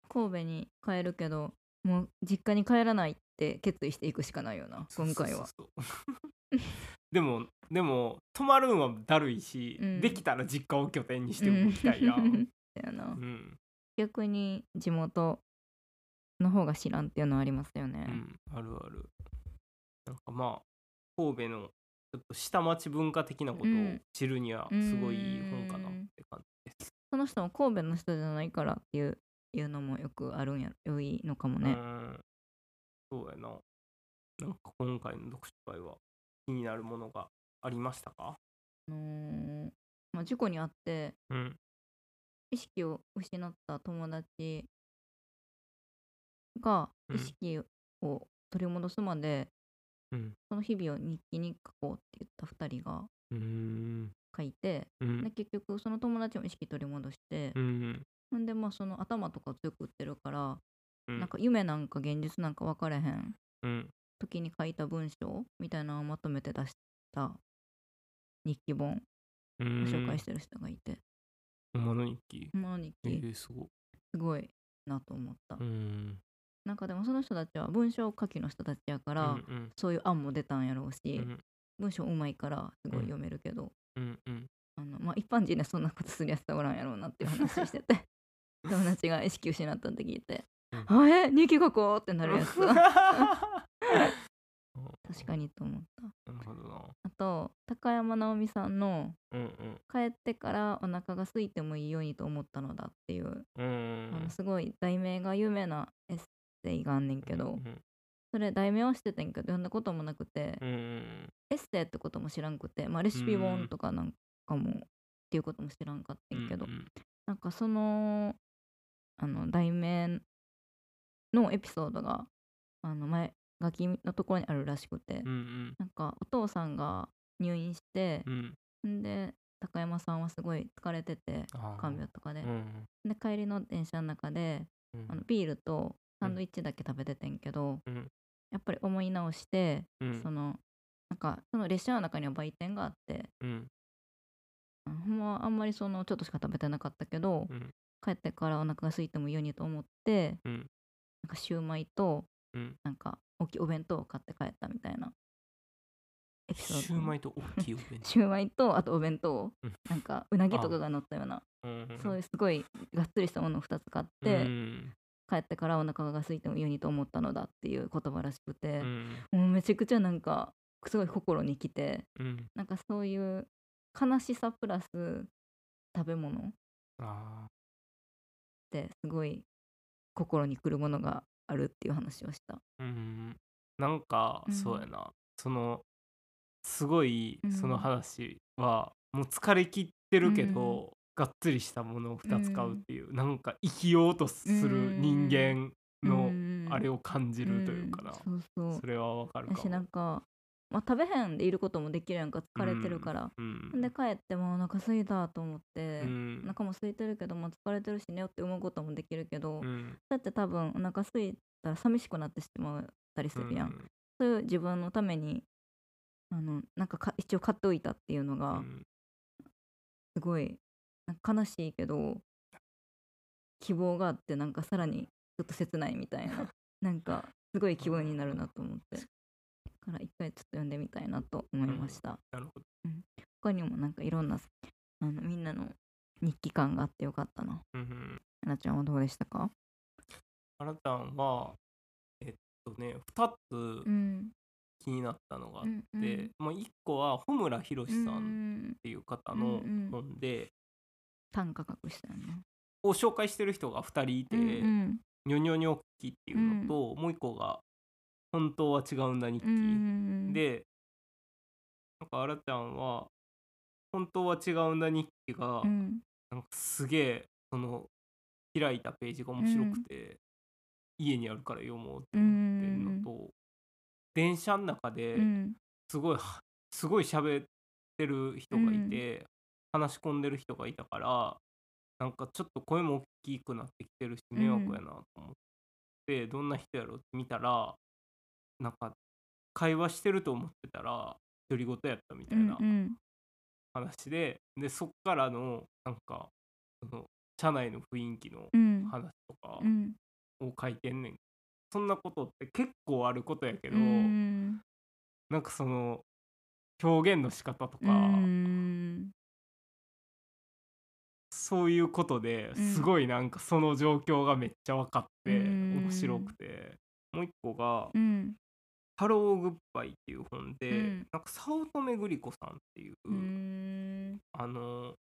Speaker 1: 神戸に帰るけどもう実家に帰らないって決意していくしかないよな今回は
Speaker 2: そうそうそう でもでも泊まるんはだるいし、
Speaker 1: うん
Speaker 2: できたら実家を拠点にしておきたいやん、
Speaker 1: うん そうやな
Speaker 2: うん
Speaker 1: 逆に地元の方が知らんっていうのはありますよね
Speaker 2: う、ん、あるあるなんかまあ神戸のちょっと下町文化的なことを
Speaker 1: うん
Speaker 2: 知るにはすごいいい本かなって感
Speaker 1: その人も神戸の人じゃないからっていういうのもよくあるんや良いのかも
Speaker 2: じ、う
Speaker 1: ね、
Speaker 2: んそうやななんか今回の読書会は気になるものがありましたか
Speaker 1: あのーまあ、事故に遭って
Speaker 2: うん
Speaker 1: 意識を失った友達が
Speaker 2: うん
Speaker 1: 意識を取り戻すまで、
Speaker 2: うん
Speaker 1: その日々を日記に書こうって言った2人が
Speaker 2: うん
Speaker 1: 書いて、
Speaker 2: う
Speaker 1: で
Speaker 2: ん
Speaker 1: 結局その友達も意識取り戻して、
Speaker 2: うん
Speaker 1: ほんでまあその頭とか強く打ってるから、
Speaker 2: うん
Speaker 1: なんか夢なんか現実なんか分かれへん
Speaker 2: うん
Speaker 1: 時に書いた文章みたいなのをまとめて出した日記本を紹介してる人がいて、
Speaker 2: ほんまの日記
Speaker 1: この日
Speaker 2: え
Speaker 1: 記
Speaker 2: ー、すごい
Speaker 1: すごいなと思った、
Speaker 2: うん
Speaker 1: なんかでもその人たちは文章書きの人たちやから、
Speaker 2: うん
Speaker 1: そういう案も出たんやろうし、
Speaker 2: うん
Speaker 1: 文章うまいからすごい読めるけど、
Speaker 2: うんうん
Speaker 1: あのまあ、一般人でそんなことするやつはおらんやろうなっていう話して て友達が意識失ったって聞いて「
Speaker 2: うん
Speaker 1: あえ日記書こう!」ってな るやつ確か
Speaker 2: に
Speaker 1: にと思った
Speaker 2: なるほどな
Speaker 1: あと高山直美さんの
Speaker 2: うんうん
Speaker 1: 「帰ってからお腹が空いてもいいようにと思ったのだ」っていう、
Speaker 2: うん
Speaker 1: あのすごい題名が有名なエッセイがあんねんけど、
Speaker 2: うん
Speaker 1: それ題名はしててんけど読んだこともなくて、
Speaker 2: うんうん
Speaker 1: エッセイってことも知らんくて、まあ、レシピ本とかなんかもっていうことも知らんかったんやけど、
Speaker 2: うんうん
Speaker 1: なんかそのあの題名のエピソードがあの前書きのところにあるらしくて、
Speaker 2: うん
Speaker 1: なんかお父さんが入院して
Speaker 2: う、ん
Speaker 1: んで高山さんはすごい疲れてて
Speaker 2: あー
Speaker 1: 看病とかで、
Speaker 2: うん
Speaker 1: で帰りの電車の中で
Speaker 2: うん
Speaker 1: あのビールとサンドイッチだけ食べててんけど、
Speaker 2: うん
Speaker 1: やっぱり思い直して、
Speaker 2: うん
Speaker 1: そのなんかその列車の中には売店があって
Speaker 2: うん
Speaker 1: あのほんまはあんまりそのちょっとしか食べてなかったけど、
Speaker 2: うん
Speaker 1: 帰ってからお腹が空いてもいいようにと思って、
Speaker 2: うん
Speaker 1: なんかシューマイと、
Speaker 2: うん
Speaker 1: なんか大きいお弁当を買って帰ったみたいなエピ
Speaker 2: シ
Speaker 1: ソード
Speaker 2: ューマイと大きいお弁
Speaker 1: シューマイとあとお弁当を
Speaker 2: うん
Speaker 1: なんかうなぎとかが乗ったような
Speaker 2: 当んん
Speaker 1: そういうすごいがっつりしたものを2つ買って、
Speaker 2: うん
Speaker 1: 帰ってからお腹が空いてもいいようにと思ったのだっていう言葉らしくて
Speaker 2: う、ん
Speaker 1: もうめちゃくちゃなんかすごい心にきて
Speaker 2: うん
Speaker 1: なんかそういう悲しさプラス食べ物っ
Speaker 2: あ
Speaker 1: てすごい心にくるものがあるっていう話をした。
Speaker 2: ーうんなんか
Speaker 1: うん
Speaker 2: そうやなそのすごい
Speaker 1: うん
Speaker 2: その話はもう疲れきってるけどがっつりしたものを2つ買うっていうなんか生きようとする人間のあれ
Speaker 1: を
Speaker 2: を感じるというかな
Speaker 1: そうそう
Speaker 2: それはわかるか
Speaker 1: 私な
Speaker 2: も
Speaker 1: んか、まあ、食べへんでいることもできるやんか疲れてるから、
Speaker 2: うん
Speaker 1: で帰ってもうお腹空いたと思って、
Speaker 2: うん
Speaker 1: お腹も空いてるけど、まあ、疲れてるしねよって思うこともできるけど、
Speaker 2: うん
Speaker 1: だって多分お腹空いたら寂しくなってしまったりするやん、そういう自分のためにあのなんかか一応買っておいたっていうの
Speaker 2: う
Speaker 1: が
Speaker 2: ん
Speaker 1: すごいなんか悲しいけど希望があってなんかさらにちょっと切ないみたい ななんかすごい気分になるなと思ってだから一回ちょっと読んでみたいなと思いました、
Speaker 2: なるほど
Speaker 1: 他にもなんかいろんなあのみんなの日記感があってよかったな
Speaker 2: うん
Speaker 1: なちゃんはどうでしたか
Speaker 2: あなたんはえっとね2つ
Speaker 1: うん
Speaker 2: 気になったのがあって、
Speaker 1: うんうん
Speaker 2: まあ、1個は穂村弘さ
Speaker 1: うん
Speaker 2: っ
Speaker 1: ん
Speaker 2: ていう方の
Speaker 1: うんうん
Speaker 2: 本で、
Speaker 1: 単価格したよね
Speaker 2: を紹介してる人が2人いて「
Speaker 1: うんうん
Speaker 2: ニョニョニョッキ」っていうのと、もう1個が「本当は違うんだ日記」
Speaker 1: うんうんうん
Speaker 2: でなんかあらちゃんは「本当は違うんだ日記が」
Speaker 1: うん
Speaker 2: なんかすげえその開いたページが面白くて、家にあるから読もうって思ってるのと、電車の中で
Speaker 1: うん
Speaker 2: すごい、は すごい喋ってる人がいて、話し込んでる人がいたからなんかちょっと声も大きくなってきてるし迷惑やなと思って、どんな人やろって見たらなんか会話してると思ってたら独り言やったみたいな
Speaker 1: うん
Speaker 2: 話で、でそっからのなんかその社内の雰囲気の
Speaker 1: うん
Speaker 2: 話とか
Speaker 1: うん
Speaker 2: を書いてんねん、そんなことって結構あることやけど、
Speaker 1: うん
Speaker 2: なんかその表現の仕方とか、
Speaker 1: うん
Speaker 2: そういうことで
Speaker 1: うん
Speaker 2: すごいなんかその状況がめっちゃ分かって
Speaker 1: うん
Speaker 2: 面白くて、もう一個が
Speaker 1: うん
Speaker 2: 「ハローグッバイ」っていう本で、
Speaker 1: うん
Speaker 2: なんか早乙女グリコさんっていう、
Speaker 1: うーん
Speaker 2: あの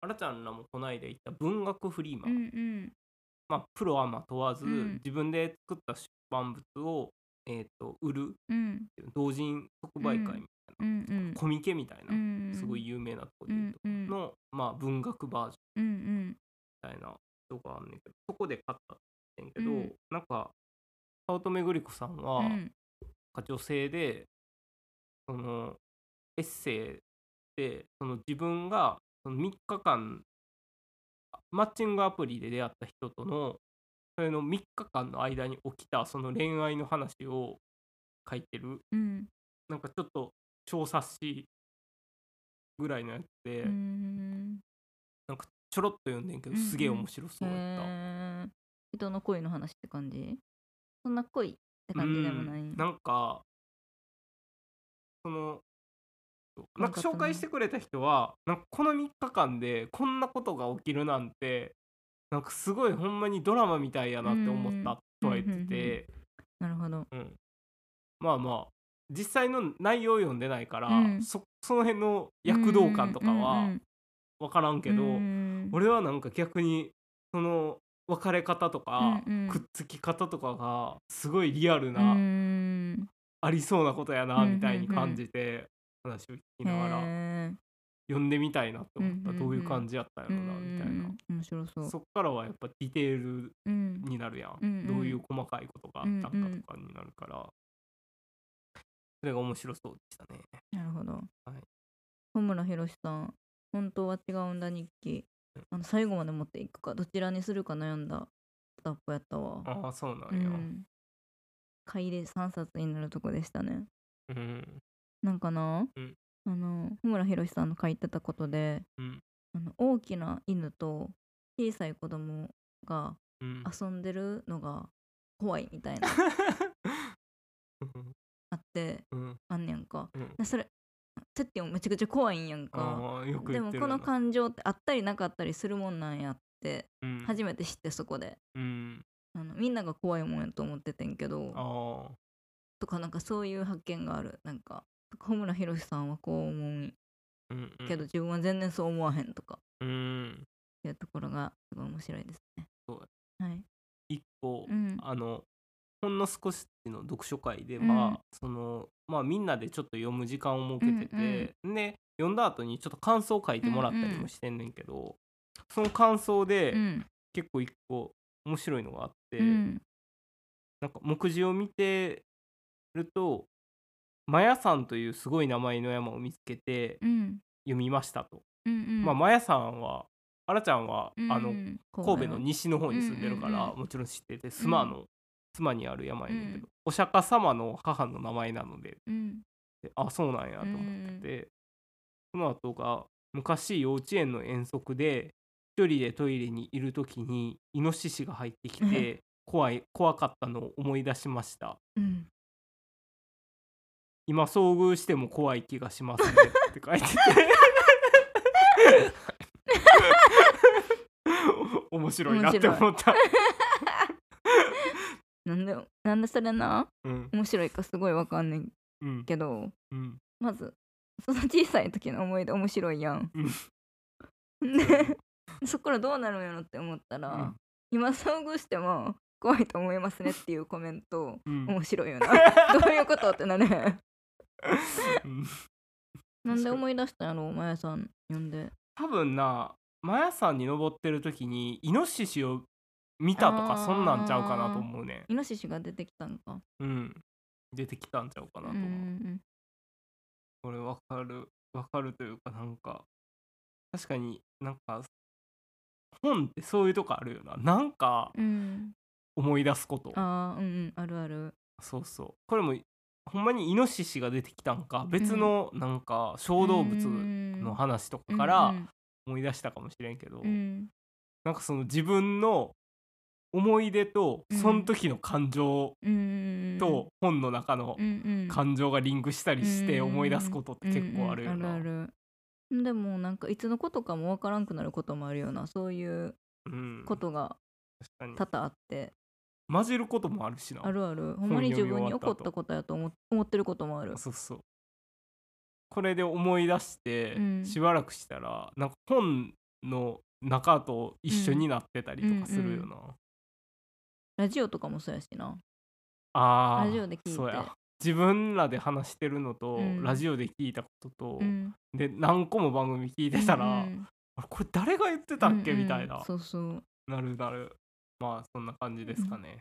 Speaker 2: あらちゃんらもこないで行った文学フリーマ
Speaker 1: う
Speaker 2: ン、
Speaker 1: ん
Speaker 2: まあ、プロアマ問わず、
Speaker 1: うん
Speaker 2: 自分で作った出版物を、えー、と売るっ
Speaker 1: うん
Speaker 2: ていう同人即売会みたい
Speaker 1: うんうん
Speaker 2: な、コミケみたい
Speaker 1: う
Speaker 2: な、
Speaker 1: ん
Speaker 2: すごい有名なとこで言うと、
Speaker 1: うんうん
Speaker 2: の、まあ、文学バージョ
Speaker 1: う
Speaker 2: ン
Speaker 1: ん
Speaker 2: みたいな人があんねんけどそこで買ったってんけど、
Speaker 1: うん
Speaker 2: なんか早乙女グリコさん
Speaker 1: う
Speaker 2: は、なん
Speaker 1: ん
Speaker 2: か女性でそのエッセイでその自分がその3日間マッチングアプリで出会った人とのそれの3日間の間に起きたその恋愛の話を書いてる
Speaker 1: うん
Speaker 2: なんかちょっと小冊子ぐらいのやつで、
Speaker 1: うーん
Speaker 2: なんかちょろっと読んでんけど、
Speaker 1: うんうん
Speaker 2: すげえ面白そうやった。
Speaker 1: へー人の恋の話って感じそんな恋って感じでもない
Speaker 2: うんなんかそのな
Speaker 1: なんん
Speaker 2: か
Speaker 1: か
Speaker 2: 紹介してくれた人はなんかこの3日間でこんなことが起きるなんてなんかすごいほんまにドラマみたいやなって思ったとは言ってて、
Speaker 1: なるほど
Speaker 2: うんまあまあ実際の内容を読んでないから、
Speaker 1: うん
Speaker 2: そその辺の躍動感とか
Speaker 1: うんう
Speaker 2: は
Speaker 1: ん
Speaker 2: 分からんけど、
Speaker 1: うん
Speaker 2: 俺はなんか逆にその別れ方とか、
Speaker 1: うんうん
Speaker 2: くっつき方とかがすごいリアルな、
Speaker 1: うん
Speaker 2: ありそうなことや
Speaker 1: うん
Speaker 2: な
Speaker 1: うんうん
Speaker 2: みたいに感じて話を聞きながら
Speaker 1: へー
Speaker 2: 読んでみたいなって思った
Speaker 1: うんうんうん
Speaker 2: どういう感じやったんやろなみたい
Speaker 1: うん面白そ
Speaker 2: な
Speaker 1: う
Speaker 2: そっからはやっぱディテール
Speaker 1: うん
Speaker 2: になるや
Speaker 1: うん
Speaker 2: ん
Speaker 1: うん
Speaker 2: どういう細かいことがあったんかとかになるからそれが面白そうでしたね
Speaker 1: なるほど。
Speaker 2: はい
Speaker 1: 小村博さん、本当は違うんだ日記。あの最後まで持っていくか、どちらにするか悩んだスタッフやったわ。
Speaker 2: ああそうな
Speaker 1: うん
Speaker 2: や
Speaker 1: ん。買いで3冊になるとこでしたね。
Speaker 2: うん
Speaker 1: なんかな、
Speaker 2: うん
Speaker 1: あの、小村博さんの書いてたことで、
Speaker 2: うん
Speaker 1: あの大きな犬と小さい子供が
Speaker 2: うん
Speaker 1: 遊んでるのが怖いみたいなあって
Speaker 2: うん
Speaker 1: あんねやんか。
Speaker 2: うん
Speaker 1: でそれ、てってもめちゃくちゃ怖いんやんか。
Speaker 2: ああよく
Speaker 1: で
Speaker 2: 言っ
Speaker 1: も
Speaker 2: てる
Speaker 1: この
Speaker 2: 感
Speaker 1: 感情ってあったりなかったりするもんなんやって
Speaker 2: じ
Speaker 1: 初めて知ってそこで
Speaker 2: うん
Speaker 1: あのみんなが怖いもんやと思っててんけど
Speaker 2: ああ
Speaker 1: とかなんかそういう発見があるなんか小村博さんはこう思うん
Speaker 2: うんうん
Speaker 1: けど自分は全然そう思わへんとか
Speaker 2: うん
Speaker 1: いうところがすごい面白いですね
Speaker 2: そう
Speaker 1: はい
Speaker 2: 一個
Speaker 1: うん
Speaker 2: あのほんの少しの読書会では、
Speaker 1: うん
Speaker 2: そのまあ、みんなでちょっと読む時間を設けてて、
Speaker 1: う
Speaker 2: で読んだ後にちょっと感想を書いてもらったりもしてんねんけど、その感想で
Speaker 1: うん
Speaker 2: 結構一個面白いのがあって、
Speaker 1: うん
Speaker 2: なんか目次を見てると「マヤさんというすごい名前の山を見つけて
Speaker 1: うん
Speaker 2: 読みましたと」
Speaker 1: うん
Speaker 2: まあマヤさんはあらちゃんは、
Speaker 1: うん
Speaker 2: あの
Speaker 1: うん
Speaker 2: 神戸の西の方に住んでるか
Speaker 1: う
Speaker 2: ら、
Speaker 1: んうんうん
Speaker 2: もちろん知ってて妻の、妻にある病やねんけど、お釈迦様の母の名前なので
Speaker 1: うん
Speaker 2: であそうなんやと思ってて、その後が昔幼稚園の遠足で一人でトイレにいる時にイノシシが入ってきて怖い怖かったのを思い出しました
Speaker 1: うん
Speaker 2: 今遭遇しても怖い気がし ますねって書いてて面白いなって思った
Speaker 1: なんでなんでそれな
Speaker 2: うん
Speaker 1: 面白いかすごいわかんねん
Speaker 2: うん
Speaker 1: けど
Speaker 2: うん
Speaker 1: まずその小さい時の思い出面白いやん
Speaker 2: うん。
Speaker 1: で そっからどうなるんやろって思ったら、
Speaker 2: うん
Speaker 1: 今遭遇しても怖いと思いますねっていうコメント
Speaker 2: うん
Speaker 1: 面白い よなどういうことってなる
Speaker 2: うん
Speaker 1: なんで思い出したんやろお前さん呼んで
Speaker 2: 多分なマヤさんに登ってる時にイノシシを見たとかそんなんちゃうかなと思うね
Speaker 1: イノシシが出てきたんか
Speaker 2: うん出てきたんちゃうかな
Speaker 1: う
Speaker 2: と
Speaker 1: んう
Speaker 2: 思う、
Speaker 1: ん
Speaker 2: これわかるわかるというかなんか確かになんか本ってそういうとこあるよななんか
Speaker 1: うん
Speaker 2: 思い出すこと
Speaker 1: ああうんうんあるある
Speaker 2: そうそうこれもほんまにイノシシが出てきたんか別のなんか小動物の
Speaker 1: の
Speaker 2: 話とかから思い出したかもしれんけど、
Speaker 1: うん
Speaker 2: なんかその自分の思い出と
Speaker 1: うん
Speaker 2: その時の感情
Speaker 1: うんうん
Speaker 2: と本の中の
Speaker 1: うんうん
Speaker 2: 感情がリンクしたりして思い出すことって結構あるよ
Speaker 1: うんうん
Speaker 2: な
Speaker 1: あ。るあるでもなんかいつのことかもわからんくなることもあるようなそういう
Speaker 2: うん
Speaker 1: ことが
Speaker 2: 確
Speaker 1: 多
Speaker 2: かに
Speaker 1: 々あって
Speaker 2: 混じることもあるしな。
Speaker 1: あるあるほんまに自分に起こったことやと思思ってることもある
Speaker 2: そうそう。これで思い出して、
Speaker 1: うん
Speaker 2: しばらくしたらなんか本の中と一緒になってたりとかするよな。
Speaker 1: ラジオとかもそうやしな
Speaker 2: ああ
Speaker 1: ラジオで聞いて
Speaker 2: そうや自分らで話してるのと、
Speaker 1: うん
Speaker 2: ラジオで聞いたことと、
Speaker 1: うん
Speaker 2: で何個も番組聞いてたら、
Speaker 1: うん
Speaker 2: あれこれ誰が言ってたっけ、
Speaker 1: うんうん
Speaker 2: みたいな
Speaker 1: そうそう
Speaker 2: なるなるまあそんな感じですかね、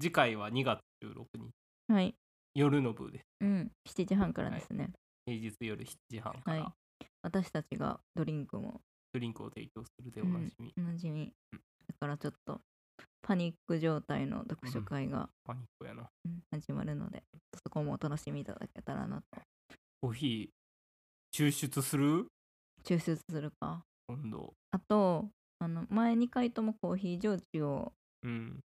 Speaker 2: 次回は2月16日
Speaker 1: はい
Speaker 2: 夜の部です
Speaker 1: うん7時半からですね
Speaker 2: 平日夜7時半か
Speaker 1: はい
Speaker 2: ら
Speaker 1: 私たちがドリンクも
Speaker 2: ドリンクを提供するでおなじみ、
Speaker 1: おなじみだからちょっとパニック状態の読書会が
Speaker 2: パニックやな
Speaker 1: うん始まるのでそこもお楽しみいただけたらなと
Speaker 2: コーヒー抽出する
Speaker 1: 抽出するか
Speaker 2: 今度
Speaker 1: あとあの前2回ともコーヒー焼酎を
Speaker 2: うん、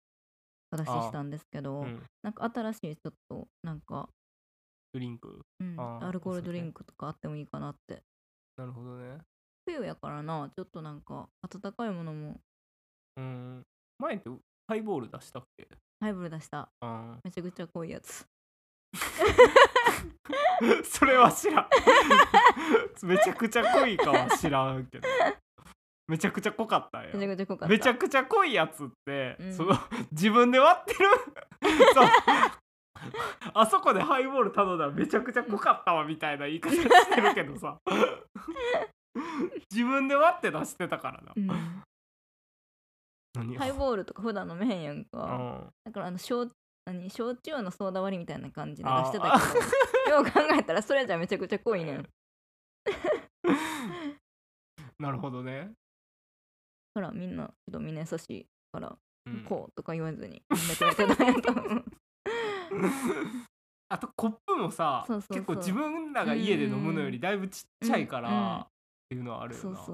Speaker 1: お出し
Speaker 2: あ
Speaker 1: したんですけど、
Speaker 2: うん、
Speaker 1: なんか新しいちょっとなんか、
Speaker 2: ドリンク
Speaker 1: うん
Speaker 2: あー
Speaker 1: アルコールドリ
Speaker 2: そうです
Speaker 1: ンクとかあってもいいかなって
Speaker 2: なるほどね
Speaker 1: 冬やからなちょっとなんか温かいものも
Speaker 2: うん前ってハイボール出したっけ
Speaker 1: ハイボール出した
Speaker 2: あ
Speaker 1: めちゃくちゃ濃いやつ
Speaker 2: ー それは知らん めちゃくちゃ濃いかは知らんけどめちゃくちゃ濃かった
Speaker 1: め
Speaker 2: ん
Speaker 1: ちゃく
Speaker 2: や
Speaker 1: ちゃ濃かった
Speaker 2: めちゃくちゃ濃いやつって、
Speaker 1: うん
Speaker 2: その 自分で割ってる そうあそこでハイボール頼んだらめちゃくちゃ濃かったわみたいな言い方してるけどさ 自分で割って出してたからな、
Speaker 1: うん
Speaker 2: 何
Speaker 1: ハイボールとか普段飲めへんやん
Speaker 2: う
Speaker 1: か
Speaker 2: ん
Speaker 1: だからあの焼何焼酎のソーダ割りみたいな感じで出
Speaker 2: あー
Speaker 1: してたけど よう考えたらそれじゃめちゃくちゃ濃いねん
Speaker 2: なるほどね、
Speaker 1: ほらみんなちょっとみんな優しいから
Speaker 2: うん
Speaker 1: こうとか言わずに飲んでくれてたんやと思 う
Speaker 2: あとコップもさ
Speaker 1: そうそうそう
Speaker 2: 結構自分らが家で飲むのよりだいぶちっちゃいから、
Speaker 1: うん
Speaker 2: っていうのはあるよな
Speaker 1: そうそう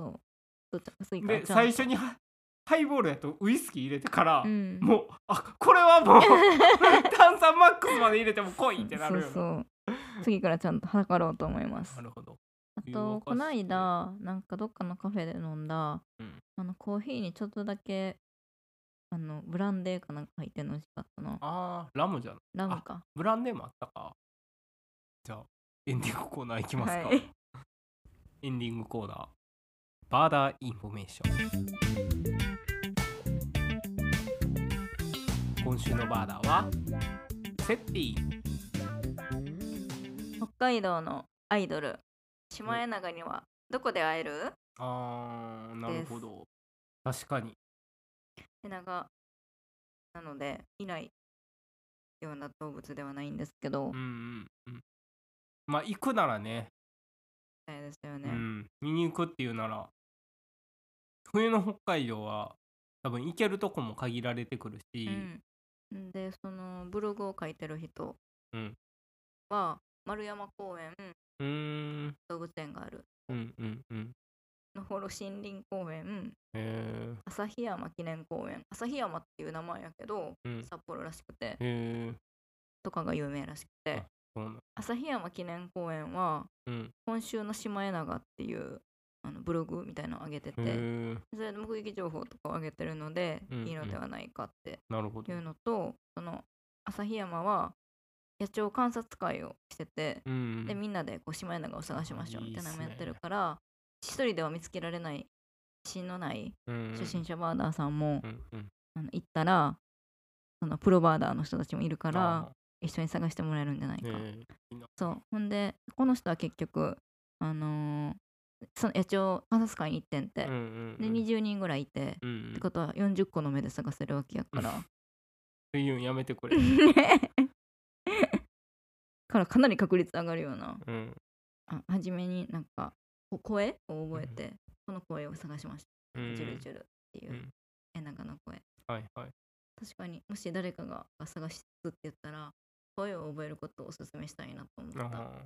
Speaker 1: そうちゃん薄いから
Speaker 2: で
Speaker 1: ちゃんと
Speaker 2: 最初にハハイボールやとウイスキー入れてから、
Speaker 1: うん
Speaker 2: もうあこれはもう 炭酸マックスまで入れても濃いってなるよな
Speaker 1: そうそう次からちゃんと測ろうと思います
Speaker 2: なるほど
Speaker 1: あ
Speaker 2: 湯沸か
Speaker 1: と
Speaker 2: して
Speaker 1: こないだなんかどっかのカフェで飲んだ、
Speaker 2: うん
Speaker 1: あのコーヒーにちょっとだけあのブランデーかなんか入ってんの美味しかったな
Speaker 2: あーラムじゃん
Speaker 1: ラムか
Speaker 2: ブランデーもあったかじゃあエンディングコーナーいきますか、
Speaker 1: はい
Speaker 2: エンディングコーナーバーダーインフォメーション今週のバーダーはセッティ
Speaker 1: 北海道のアイドルシマエナガにはどこで会える
Speaker 2: あーなるほど確かに
Speaker 1: エナガなのでいないような動物ではないんですけど、
Speaker 2: う
Speaker 1: み
Speaker 2: んうんうんまあ行くならね
Speaker 1: たいですよ
Speaker 2: う
Speaker 1: ね、
Speaker 2: ん見に行くっていうなら冬の北海道は多分行けるとこも限られてくるし、
Speaker 1: うん、でそのブログを書いてる人
Speaker 2: うん
Speaker 1: は、丸山公園
Speaker 2: うーん
Speaker 1: 動物園がある
Speaker 2: うんうんうん
Speaker 1: のほろ森林公園
Speaker 2: へ
Speaker 1: 旭山記念公園旭山っていう名前やけど
Speaker 2: えうん
Speaker 1: 札幌らしくて
Speaker 2: へえ
Speaker 1: とかが有名らしくて
Speaker 2: そうなん
Speaker 1: 旭山記念公園は
Speaker 2: うん
Speaker 1: 今週のシマエナガっていうあのブログみたいなのを上げて
Speaker 2: へ
Speaker 1: て
Speaker 2: え
Speaker 1: それで目撃情報とかを上げてるので
Speaker 2: うん
Speaker 1: いいのではないかって
Speaker 2: なるほど
Speaker 1: いうのとその旭山は野鳥観察会をしてて、
Speaker 2: うん
Speaker 1: でみんなでこうシマエナガを探しましょうみたいなのも
Speaker 2: いいっ
Speaker 1: や
Speaker 2: すね
Speaker 1: ってるから一人では見つけられない自信のない
Speaker 2: うん
Speaker 1: 初心者バーダーさんも、
Speaker 2: うんうん
Speaker 1: あの行ったらそのプロバーダーの人たちもいるから
Speaker 2: あ
Speaker 1: 一緒に探してもらえるんじゃない
Speaker 2: ー
Speaker 1: か、
Speaker 2: ねえいいな
Speaker 1: そうほんでこの人は結局あのーその野鳥観察会に1点って、
Speaker 2: うんうん
Speaker 1: で20人ぐらいいて、
Speaker 2: うんうん
Speaker 1: ってことは40個の目で探せるわけやから
Speaker 2: そういうのやめてくれ
Speaker 1: からかなり確率上がるような
Speaker 2: うん
Speaker 1: あ初めになんかこ声を覚えてこの声を探しまし
Speaker 2: う
Speaker 1: た
Speaker 2: ん
Speaker 1: ジュルジュルっていううんエナガの声
Speaker 2: はいはい
Speaker 1: 確かにもし誰かが探しつつって言ったら声を覚えることをおすすめしたいなと思
Speaker 2: あ
Speaker 1: った
Speaker 2: ー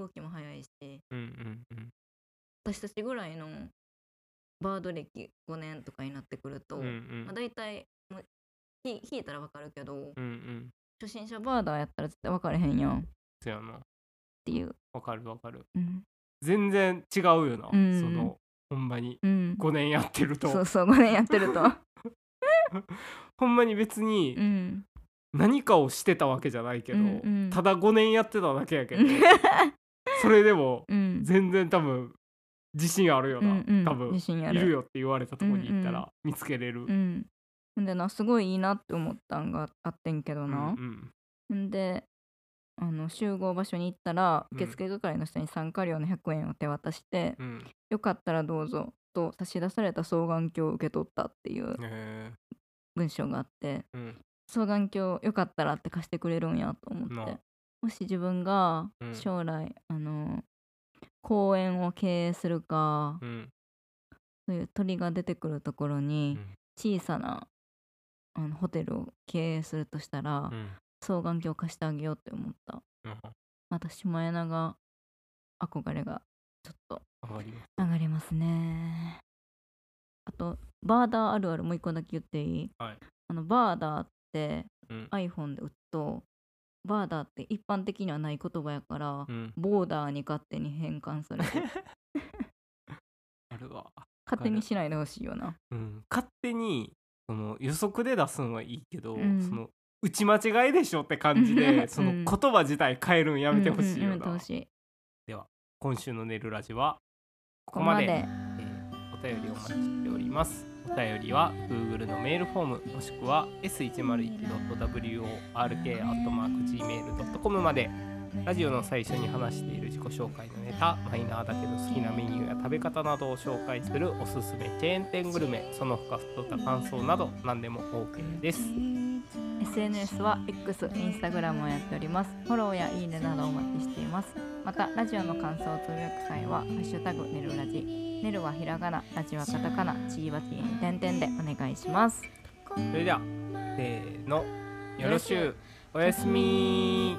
Speaker 1: 動きも早いし
Speaker 2: うんうんうん
Speaker 1: 私たちぐらいのバード歴5年とかになってくると、
Speaker 2: うん
Speaker 1: まあ、大体もうひ引いたらわかるけど、
Speaker 2: うんうんうん
Speaker 1: 初心者バーダーやったら絶対分かれへんやんっ
Speaker 2: そうやな
Speaker 1: ていう
Speaker 2: わかるわかる
Speaker 1: うん、
Speaker 2: 全然違うよな、
Speaker 1: うん
Speaker 2: そのほんまに
Speaker 1: うん、
Speaker 2: 5年やってると
Speaker 1: そうそう5年やってる と
Speaker 2: ほんまに別に
Speaker 1: うん
Speaker 2: 何かをしてたわけじゃないけど、
Speaker 1: うんうん
Speaker 2: ただ5年やってただけやけどそれでも
Speaker 1: うん
Speaker 2: 全然多分自信あるよな、
Speaker 1: うんうん
Speaker 2: 多分
Speaker 1: 自信あ
Speaker 2: い
Speaker 1: る
Speaker 2: るよって言われたとこに行った
Speaker 1: うん
Speaker 2: ら見つけれる、
Speaker 1: うんほんでなすごいいいなって思ったんがあってんけどな、
Speaker 2: うん
Speaker 1: ほんであの集合場所に行ったら
Speaker 2: うん
Speaker 1: 受付係の人に参加料の100円を手渡して、
Speaker 2: うんうん
Speaker 1: よかったらどうぞと差し出された双眼鏡を受け取ったっていう
Speaker 2: え
Speaker 1: 文章があって
Speaker 2: ーうん
Speaker 1: 双眼鏡よかったらって貸してくれるんやと思っ
Speaker 2: な
Speaker 1: てもし自分が
Speaker 2: うん
Speaker 1: 将来、あの公園を経営するか、
Speaker 2: うん
Speaker 1: そういう鳥が出てくるところに小さなあのホテルを経営するとしたら、
Speaker 2: うん
Speaker 1: 双眼鏡を貸してあげようって思った
Speaker 2: うん
Speaker 1: またシマエナガ憧れがちょっと
Speaker 2: わかります
Speaker 1: 上がりますねあとバーダーあるあるもう一個だけ言っていい、
Speaker 2: はい
Speaker 1: あのバーダーって
Speaker 2: うん
Speaker 1: iPhone で打つとバーダーって一般的にはない言葉やから、
Speaker 2: うん
Speaker 1: ボーダーに勝手に変換 する
Speaker 2: あるわ、
Speaker 1: 勝手にしないでほしいよな
Speaker 2: うん、勝手にその予測で出すのはいいけど、
Speaker 1: うん
Speaker 2: その打ち間違いでしょって感じでその
Speaker 1: うん
Speaker 2: 言葉自体変えるんやめてほしい
Speaker 1: うんうんや
Speaker 2: よな、
Speaker 1: めてほしい
Speaker 2: 今週の「寝るラジはこ
Speaker 1: ここ
Speaker 2: こま
Speaker 1: ま
Speaker 2: で
Speaker 1: で
Speaker 2: えーお便りをお待ちしておりますお便りは Google のメールフォームもしくは s101.work.gmail.com までラジオの最初に話している自己紹介のネタマイナーだけど好きなメニューや食べ方などを紹介するおすすめチェーン店グルメその他ふとった感想など何でも OK です
Speaker 1: SNS は X、Instagram をやっております。フォローやいいねなどお待ちしています。また、ラジオの感想をつぶやく際は、ハッシュタグねるラジ。ねるはひらがな、ラジはカタカナ、ちいばちいに点々でお願いします。
Speaker 2: それではせーのよろしゅうおやすみ